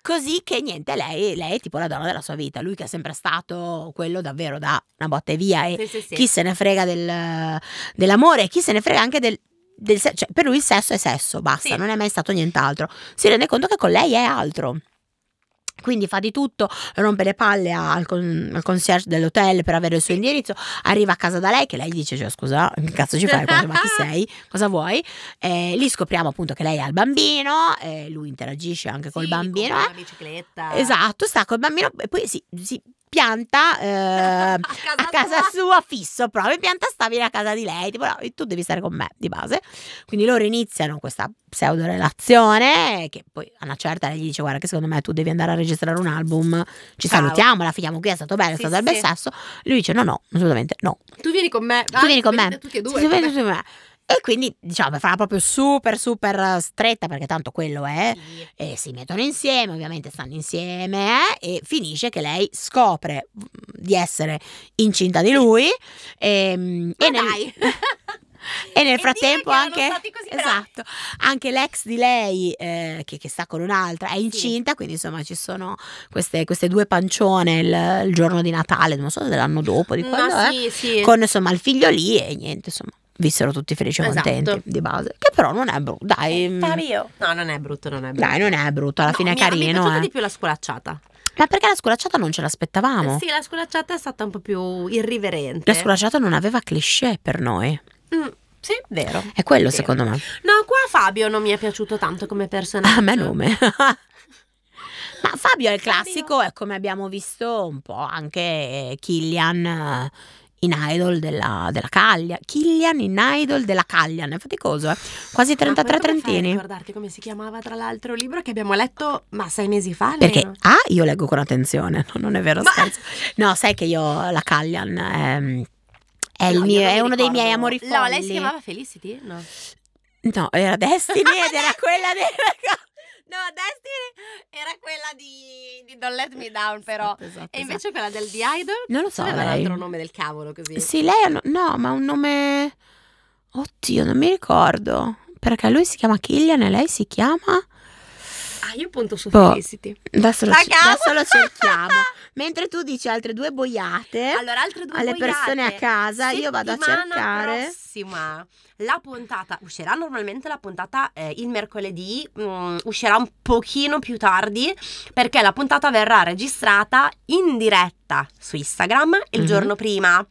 [SPEAKER 1] Così che niente, lei, lei è tipo la donna della sua vita, lui che è sempre stato quello davvero da una botta e via e
[SPEAKER 2] Sì, sì, sì.
[SPEAKER 1] chi se ne frega del- dell'amore, chi se ne frega anche del, del se- cioè per lui il sesso è sesso, basta,
[SPEAKER 2] Sì.
[SPEAKER 1] non è mai stato nient'altro, si rende conto che con lei è altro. Quindi fa di tutto, rompe le palle al, con- al concierge dell'hotel per avere il suo indirizzo, arriva a casa da lei che lei dice cioè, scusa, che cazzo ci fai? qua? Ma chi sei? Cosa vuoi? Eh, lì scopriamo appunto che lei ha il bambino, eh, lui interagisce anche col
[SPEAKER 2] Sì,
[SPEAKER 1] bambino.
[SPEAKER 2] compra
[SPEAKER 1] eh.
[SPEAKER 2] la bicicletta.
[SPEAKER 1] Esatto, sta col bambino e poi si, si pianta eh,
[SPEAKER 2] A
[SPEAKER 1] a
[SPEAKER 2] casa,
[SPEAKER 1] casa
[SPEAKER 2] sua.
[SPEAKER 1] sua fisso, proprio pianta stabile a casa di lei, tipo "No, tu devi stare con me di base. Quindi loro iniziano questa pseudo relazione che poi a una certa lei gli dice guarda che secondo me tu devi andare a registrare un album, ci
[SPEAKER 2] Ciao."
[SPEAKER 1] salutiamo, la finiamo qui, è stato bello, è
[SPEAKER 2] Sì,
[SPEAKER 1] stato del bel
[SPEAKER 2] sì.
[SPEAKER 1] sesso. Lui dice no no, assolutamente no.
[SPEAKER 2] Tu vieni con me.
[SPEAKER 1] Tu vieni con me.
[SPEAKER 2] Tutti e due.
[SPEAKER 1] Sì, sì,
[SPEAKER 2] vabbè.
[SPEAKER 1] sì, sì, sì. E quindi diciamo farà proprio super super eh, stretta perché tanto quello è
[SPEAKER 2] Sì.
[SPEAKER 1] Eh, e si mettono insieme, ovviamente stanno insieme eh, e finisce che lei scopre mm, di essere incinta di lui ehm, e,
[SPEAKER 2] Ma
[SPEAKER 1] nel,
[SPEAKER 2] dai.
[SPEAKER 1] e nel
[SPEAKER 2] E
[SPEAKER 1] frattempo
[SPEAKER 2] dire che
[SPEAKER 1] anche,
[SPEAKER 2] erano stati così bravi.
[SPEAKER 1] esatto, anche l'ex di lei eh, che, che sta con un'altra è incinta, quindi insomma ci sono queste, queste due pancione il, il giorno di Natale, non so se l'anno dopo, di quando
[SPEAKER 2] No,
[SPEAKER 1] è,
[SPEAKER 2] sì, sì.
[SPEAKER 1] con insomma il figlio lì e niente insomma. Vissero tutti felici e
[SPEAKER 2] Esatto. Eh,
[SPEAKER 1] contenti di base. Che però non è brutto. Dai, mm,
[SPEAKER 2] Fabio. No, non è brutto, non è brutto.
[SPEAKER 1] dai, non è brutto. Alla
[SPEAKER 2] No,
[SPEAKER 1] fine è
[SPEAKER 2] mi ha- Mi è
[SPEAKER 1] carino.
[SPEAKER 2] piaciuta
[SPEAKER 1] eh.
[SPEAKER 2] di più la sculacciata.
[SPEAKER 1] Ma perché la sculacciata non ce l'aspettavamo?
[SPEAKER 2] Sì, la sculacciata è stata un po' più irriverente.
[SPEAKER 1] La sculacciata non aveva cliché per noi.
[SPEAKER 2] Mm, sì, vero.
[SPEAKER 1] È quello
[SPEAKER 2] Sì.
[SPEAKER 1] secondo me. Ah,
[SPEAKER 2] No, qua Fabio non mi è piaciuto tanto come personaggio.
[SPEAKER 1] A me nome. Ma Fabio è il classico, è come abbiamo visto un po' anche Killian eh, in Idol della, della Caglian. Killian in Idol della Caglian, è faticoso, eh. Quasi 33
[SPEAKER 2] Ma poi come fai a
[SPEAKER 1] trentini.
[SPEAKER 2] ricordarti come si chiamava tra l'altro il libro che abbiamo letto ma sei mesi fa
[SPEAKER 1] Perché
[SPEAKER 2] almeno?
[SPEAKER 1] A io leggo con attenzione, no, non è vero
[SPEAKER 2] Ma-
[SPEAKER 1] scherzo. No, sai che io la Caglian ehm, è, il
[SPEAKER 2] No,
[SPEAKER 1] mio-
[SPEAKER 2] io non
[SPEAKER 1] è
[SPEAKER 2] mi
[SPEAKER 1] uno dei
[SPEAKER 2] ricordo.
[SPEAKER 1] miei amori folli.
[SPEAKER 2] No, lei si chiamava Felicity? No.
[SPEAKER 1] No, era Destiny ed era quella
[SPEAKER 2] Esatto,
[SPEAKER 1] della
[SPEAKER 2] No, Destiny era quella di, di Don't Let Me Down però.
[SPEAKER 1] Esatto, esatto,
[SPEAKER 2] E invece quella del The Idol?
[SPEAKER 1] Non lo so,
[SPEAKER 2] Aveva
[SPEAKER 1] lei.
[SPEAKER 2] un altro nome del cavolo così.
[SPEAKER 1] Sì, lei ha un- no, ma un nome Oddio, non mi ricordo. Perché lui si chiama Killian e lei si chiama
[SPEAKER 2] Ah, io punto su
[SPEAKER 1] Boh.
[SPEAKER 2] Felicity.
[SPEAKER 1] Adesso lo,
[SPEAKER 2] La
[SPEAKER 1] cer-
[SPEAKER 2] cavo-
[SPEAKER 1] adesso lo cerchiamo. Mentre tu dici altre due boiate
[SPEAKER 2] Allora, altre due
[SPEAKER 1] alle persone a
[SPEAKER 2] boiate.
[SPEAKER 1] casa, io vado a
[SPEAKER 2] Settimana
[SPEAKER 1] cercare.
[SPEAKER 2] prossima la puntata uscirà normalmente la puntata eh, il mercoledì, mm, uscirà un pochino più tardi perché la puntata verrà registrata in diretta su Instagram il
[SPEAKER 1] Mhm.
[SPEAKER 2] giorno prima.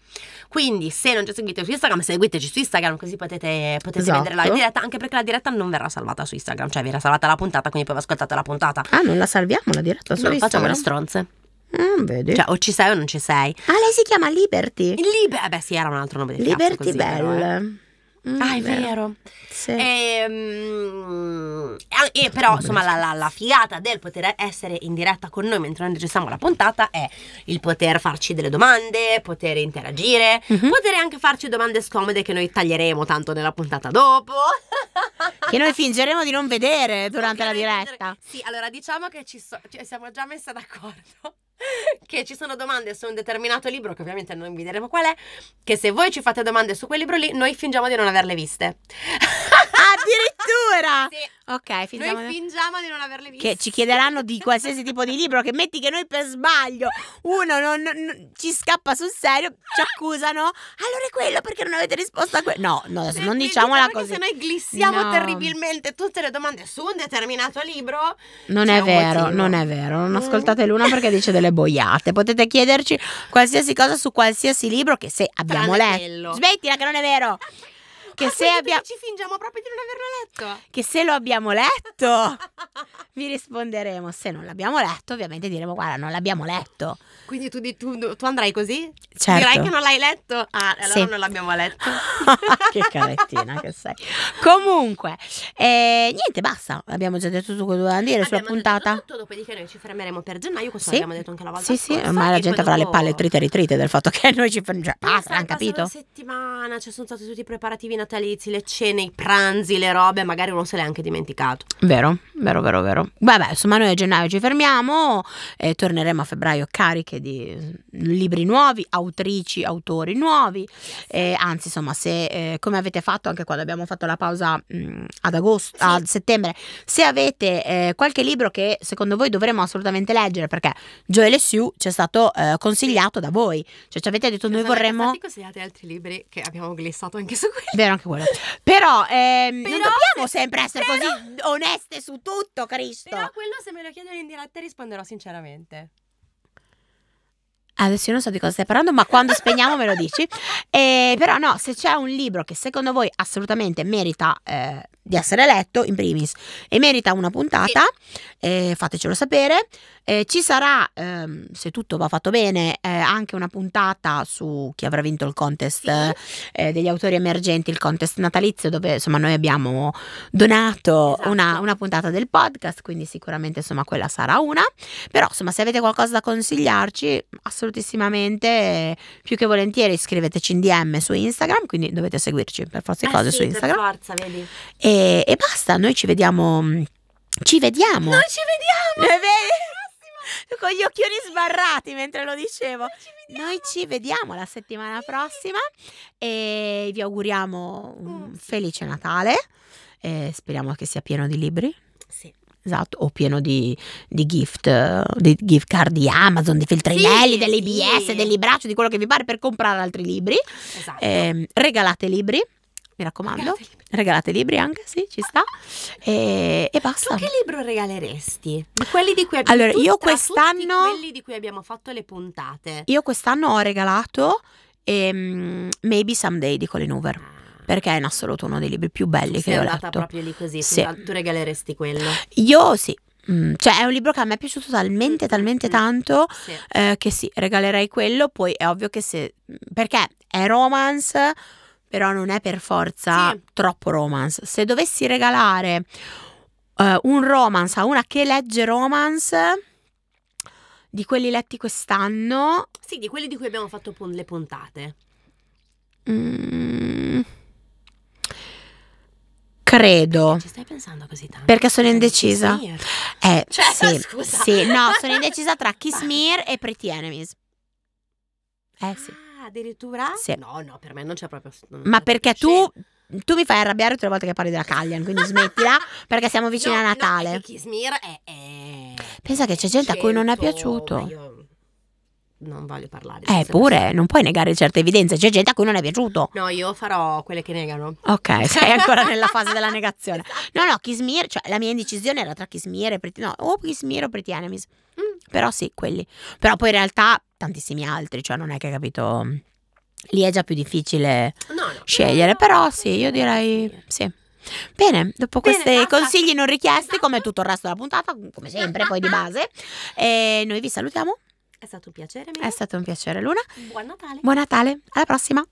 [SPEAKER 2] Quindi se non ci seguite su Instagram, seguiteci su Instagram così potete, potete
[SPEAKER 1] Esatto.
[SPEAKER 2] vedere la diretta, anche perché la diretta non verrà salvata su Instagram, cioè verrà salvata la puntata, quindi poi ascoltate la puntata.
[SPEAKER 1] Ah, non la salviamo la diretta su
[SPEAKER 2] Non facciamo le
[SPEAKER 1] Instagram?
[SPEAKER 2] stronze.
[SPEAKER 1] Mm, vedi.
[SPEAKER 2] Cioè, o ci sei o non ci sei.
[SPEAKER 1] Ah, lei si chiama Liberty.
[SPEAKER 2] Il Liber- eh beh, sì, era un altro nome del cazzo
[SPEAKER 1] Liberty
[SPEAKER 2] così,
[SPEAKER 1] Bell.
[SPEAKER 2] però, eh.
[SPEAKER 1] Mm,
[SPEAKER 2] Ah, è vero. Eh,
[SPEAKER 1] Sì.
[SPEAKER 2] Ehm, E, però, insomma, la, la- la figata del poter essere in diretta con noi mentre noi registriamo la puntata è il poter farci delle domande, poter interagire,
[SPEAKER 1] Mhm.
[SPEAKER 2] poter anche farci domande scomode che noi taglieremo tanto nella puntata dopo.
[SPEAKER 1] Che noi fingeremo di non vedere durante la
[SPEAKER 2] Perché noi-
[SPEAKER 1] diretta.
[SPEAKER 2] Sì, allora diciamo che ci so- cioè, siamo già messe d'accordo. Che ci sono domande su un determinato libro, che ovviamente non vi diremo qual è. Che se voi ci fate domande su quel libro lì, noi fingiamo di non averle viste.
[SPEAKER 1] Ah, addirittura!
[SPEAKER 2] Sì,
[SPEAKER 1] Ok, finiamo.
[SPEAKER 2] noi fingiamo di non averle viste.
[SPEAKER 1] che ci chiederanno di qualsiasi tipo di libro che metti che noi per sbaglio uno non, non- non- ci scappa sul serio ci accusano allora è quello perché non avete risposto a quello no no adesso
[SPEAKER 2] Sì,
[SPEAKER 1] non diciamo diciamola
[SPEAKER 2] sì, perché
[SPEAKER 1] così
[SPEAKER 2] diciamo Se noi glissiamo
[SPEAKER 1] No.
[SPEAKER 2] terribilmente tutte le domande su un determinato libro,
[SPEAKER 1] non
[SPEAKER 2] c'è
[SPEAKER 1] è
[SPEAKER 2] un
[SPEAKER 1] vero
[SPEAKER 2] motivo.
[SPEAKER 1] non è vero non
[SPEAKER 2] Mm.
[SPEAKER 1] ascoltate Luna perché dice delle boiate potete chiederci qualsiasi cosa su qualsiasi libro che se abbiamo letto
[SPEAKER 2] Tranne quello.
[SPEAKER 1] smettila che non è vero Che
[SPEAKER 2] Ah,
[SPEAKER 1] se
[SPEAKER 2] quindi tu
[SPEAKER 1] abbia-
[SPEAKER 2] dici, ci fingiamo proprio di non averlo
[SPEAKER 1] che se lo abbiamo letto
[SPEAKER 2] letto.
[SPEAKER 1] vi risponderemo se non l'abbiamo letto ovviamente diremo guarda non l'abbiamo letto
[SPEAKER 2] Quindi tu, di- tu- tu andrai così?
[SPEAKER 1] certo
[SPEAKER 2] Dirai che non l'hai letto? Ah, allora
[SPEAKER 1] Sì.
[SPEAKER 2] non l'abbiamo letto.
[SPEAKER 1] che carettina che sei. Comunque, eh, niente, basta. Abbiamo già detto tutto quello che dovevamo dire sulla
[SPEAKER 2] Abbiamo detto
[SPEAKER 1] puntata.
[SPEAKER 2] Tutto, dopodiché noi ci fermeremo per gennaio, questo
[SPEAKER 1] Sì.
[SPEAKER 2] l'abbiamo detto anche la volta
[SPEAKER 1] Sì, sì,
[SPEAKER 2] scorsa,
[SPEAKER 1] ormai la
[SPEAKER 2] e
[SPEAKER 1] gente
[SPEAKER 2] poi
[SPEAKER 1] avrà le
[SPEAKER 2] dopo-
[SPEAKER 1] palle trite e ritrite del fatto che noi ci prendiamo. Cioè,
[SPEAKER 2] Sì,
[SPEAKER 1] basta,
[SPEAKER 2] sai,
[SPEAKER 1] l'hanno
[SPEAKER 2] passa
[SPEAKER 1] capito?
[SPEAKER 2] Una settimana, ci sono stati tutti i preparativi natalizi, le cene, i pranzi, le robe, magari uno se l'è anche dimenticato.
[SPEAKER 1] Vero, vero, vero, vero. Vabbè, insomma, noi a gennaio ci fermiamo e torneremo a febbraio cariche di eh, libri nuovi, autrici, autori nuovi. Eh, anzi, insomma, se eh, come avete fatto anche quando abbiamo fatto la pausa mh, ad agosto,
[SPEAKER 2] Sì.
[SPEAKER 1] a settembre, se avete eh, qualche libro che secondo voi dovremmo assolutamente leggere, perché Joel e Sue ci è stato eh, consigliato da voi, cioè ci avete detto noi
[SPEAKER 2] Ci sono
[SPEAKER 1] vorremmo.
[SPEAKER 2] stati consigliati altri libri che abbiamo glissato anche su quelli.
[SPEAKER 1] Vero anche quello. Però, ehm, non
[SPEAKER 2] Però
[SPEAKER 1] dobbiamo
[SPEAKER 2] se-
[SPEAKER 1] sempre essere
[SPEAKER 2] però-
[SPEAKER 1] così oneste su tutto, Cristo.
[SPEAKER 2] Però quello se me lo chiedono in diretta risponderò sinceramente.
[SPEAKER 1] Adesso io non so di cosa stai parlando, ma quando spegniamo me lo dici. Eh, però no, se c'è un libro che secondo voi assolutamente merita eh, di essere letto, in primis, e merita una puntata, eh, fatecelo sapere. Eh, ci sarà, ehm, se tutto va fatto bene, eh, anche una puntata su chi avrà vinto il contest eh, eh, degli autori emergenti, il contest natalizio, dove insomma noi abbiamo donato
[SPEAKER 2] Esatto.
[SPEAKER 1] una, una puntata del podcast, quindi sicuramente insomma quella sarà una. Però insomma se avete qualcosa da consigliarci, assolutissimamente, eh, più che volentieri scriveteci in DM su Instagram, quindi dovete seguirci per forza
[SPEAKER 2] Eh
[SPEAKER 1] di cose
[SPEAKER 2] sì,
[SPEAKER 1] su
[SPEAKER 2] per
[SPEAKER 1] Instagram.
[SPEAKER 2] forza, vedi.
[SPEAKER 1] E, e basta, noi ci vediamo. mm, Ci vediamo.
[SPEAKER 2] Noi ci
[SPEAKER 1] Eh,
[SPEAKER 2] vediamo!
[SPEAKER 1] vedi? Con gli occhioni sbarrati mentre lo dicevo.
[SPEAKER 2] Noi ci vediamo!
[SPEAKER 1] Noi ci vediamo la settimana
[SPEAKER 2] Sì.
[SPEAKER 1] prossima e vi auguriamo un
[SPEAKER 2] Mm.
[SPEAKER 1] felice Natale. Eh, speriamo che sia pieno di libri.
[SPEAKER 2] Sì.
[SPEAKER 1] Esatto, o pieno di, di gift, eh, di gift card di Amazon, di feltrinelli,
[SPEAKER 2] Sì,
[SPEAKER 1] delle
[SPEAKER 2] sì.
[SPEAKER 1] IBS, delle libraccio, di quello che vi pare per comprare altri libri.
[SPEAKER 2] Esatto.
[SPEAKER 1] Ehm, regalate libri, mi raccomando.
[SPEAKER 2] Regalate libri.
[SPEAKER 1] Regalate libri anche, sì, ci sta. E, e basta.
[SPEAKER 2] Tu che libro regaleresti? Di quelli di cui ab-
[SPEAKER 1] Allora,
[SPEAKER 2] tut-
[SPEAKER 1] io
[SPEAKER 2] tra
[SPEAKER 1] quest'anno-
[SPEAKER 2] tutti quelli di cui abbiamo fatto le puntate.
[SPEAKER 1] Io quest'anno ho regalato ehm, Maybe Someday di Colin Hoover,
[SPEAKER 2] Ah.
[SPEAKER 1] perché è in assoluto uno dei libri più belli
[SPEAKER 2] Sei
[SPEAKER 1] che ho
[SPEAKER 2] andata
[SPEAKER 1] letto.
[SPEAKER 2] proprio lì così, tu-
[SPEAKER 1] Sì.
[SPEAKER 2] tu, regaleresti quello.
[SPEAKER 1] Io sì, Mm, cioè è un libro che a me è piaciuto talmente,
[SPEAKER 2] Mm,
[SPEAKER 1] talmente
[SPEAKER 2] mm, mm.
[SPEAKER 1] tanto
[SPEAKER 2] Sì.
[SPEAKER 1] eh, che sì, regalerei quello, poi è ovvio che se... perché è romance, però non è per forza
[SPEAKER 2] Sì.
[SPEAKER 1] troppo romance. Se dovessi regalare eh, un romance a una che legge romance, di quelli letti quest'anno,
[SPEAKER 2] Sì, di quelli di cui abbiamo fatto pun- le puntate.
[SPEAKER 1] mm, credo,
[SPEAKER 2] Ci stai pensando così tanto?
[SPEAKER 1] perché sono
[SPEAKER 2] Cosa
[SPEAKER 1] indecisa.
[SPEAKER 2] dici, Smear?
[SPEAKER 1] Eh,
[SPEAKER 2] Cioè,
[SPEAKER 1] sì,
[SPEAKER 2] scusa.
[SPEAKER 1] sì, no, sono indecisa tra Kiss Smear e Pretty Enemies. Eh sì.
[SPEAKER 2] Ah, addirittura?
[SPEAKER 1] Sì.
[SPEAKER 2] No, no, per me non c'è proprio... non
[SPEAKER 1] Ma
[SPEAKER 2] c'è
[SPEAKER 1] perché tu,
[SPEAKER 2] proprio
[SPEAKER 1] tu mi fai arrabbiare tutte le volte che parli della Caglian, quindi smettila, perché siamo vicini
[SPEAKER 2] No,
[SPEAKER 1] a
[SPEAKER 2] no,
[SPEAKER 1] Natale.
[SPEAKER 2] è che Kismir è, è-
[SPEAKER 1] Pensa che c'è gente a cui non è
[SPEAKER 2] 100,
[SPEAKER 1] piaciuto.
[SPEAKER 2] ma io Non voglio parlare. di
[SPEAKER 1] Eh,
[SPEAKER 2] queste
[SPEAKER 1] pure, non puoi negare certe evidenze, c'è gente a cui non è piaciuto.
[SPEAKER 2] cose. No, io farò quelle che negano.
[SPEAKER 1] Ok, sei ancora nella fase della negazione.
[SPEAKER 2] Esatto.
[SPEAKER 1] No, no, Kiss Smear, cioè la mia indecisione era tra Kiss Smear e Pretty, no, o Kiss Smear o Pretty Enemies.
[SPEAKER 2] Mm.
[SPEAKER 1] Però sì, quelli. Però poi in realtà tantissimi altri, cioè non è che capito... Lì è già più difficile
[SPEAKER 2] No, no.
[SPEAKER 1] scegliere, però sì, io direi sì. Bene, dopo
[SPEAKER 2] Bene,
[SPEAKER 1] questi
[SPEAKER 2] basta.
[SPEAKER 1] consigli non richiesti, come
[SPEAKER 2] Esatto.
[SPEAKER 1] tutto il resto della puntata, come sempre, poi di base, e noi vi salutiamo.
[SPEAKER 2] È stato un piacere,
[SPEAKER 1] È
[SPEAKER 2] amico.
[SPEAKER 1] stato un piacere, Luna.
[SPEAKER 2] Buon Natale.
[SPEAKER 1] Buon Natale, alla prossima.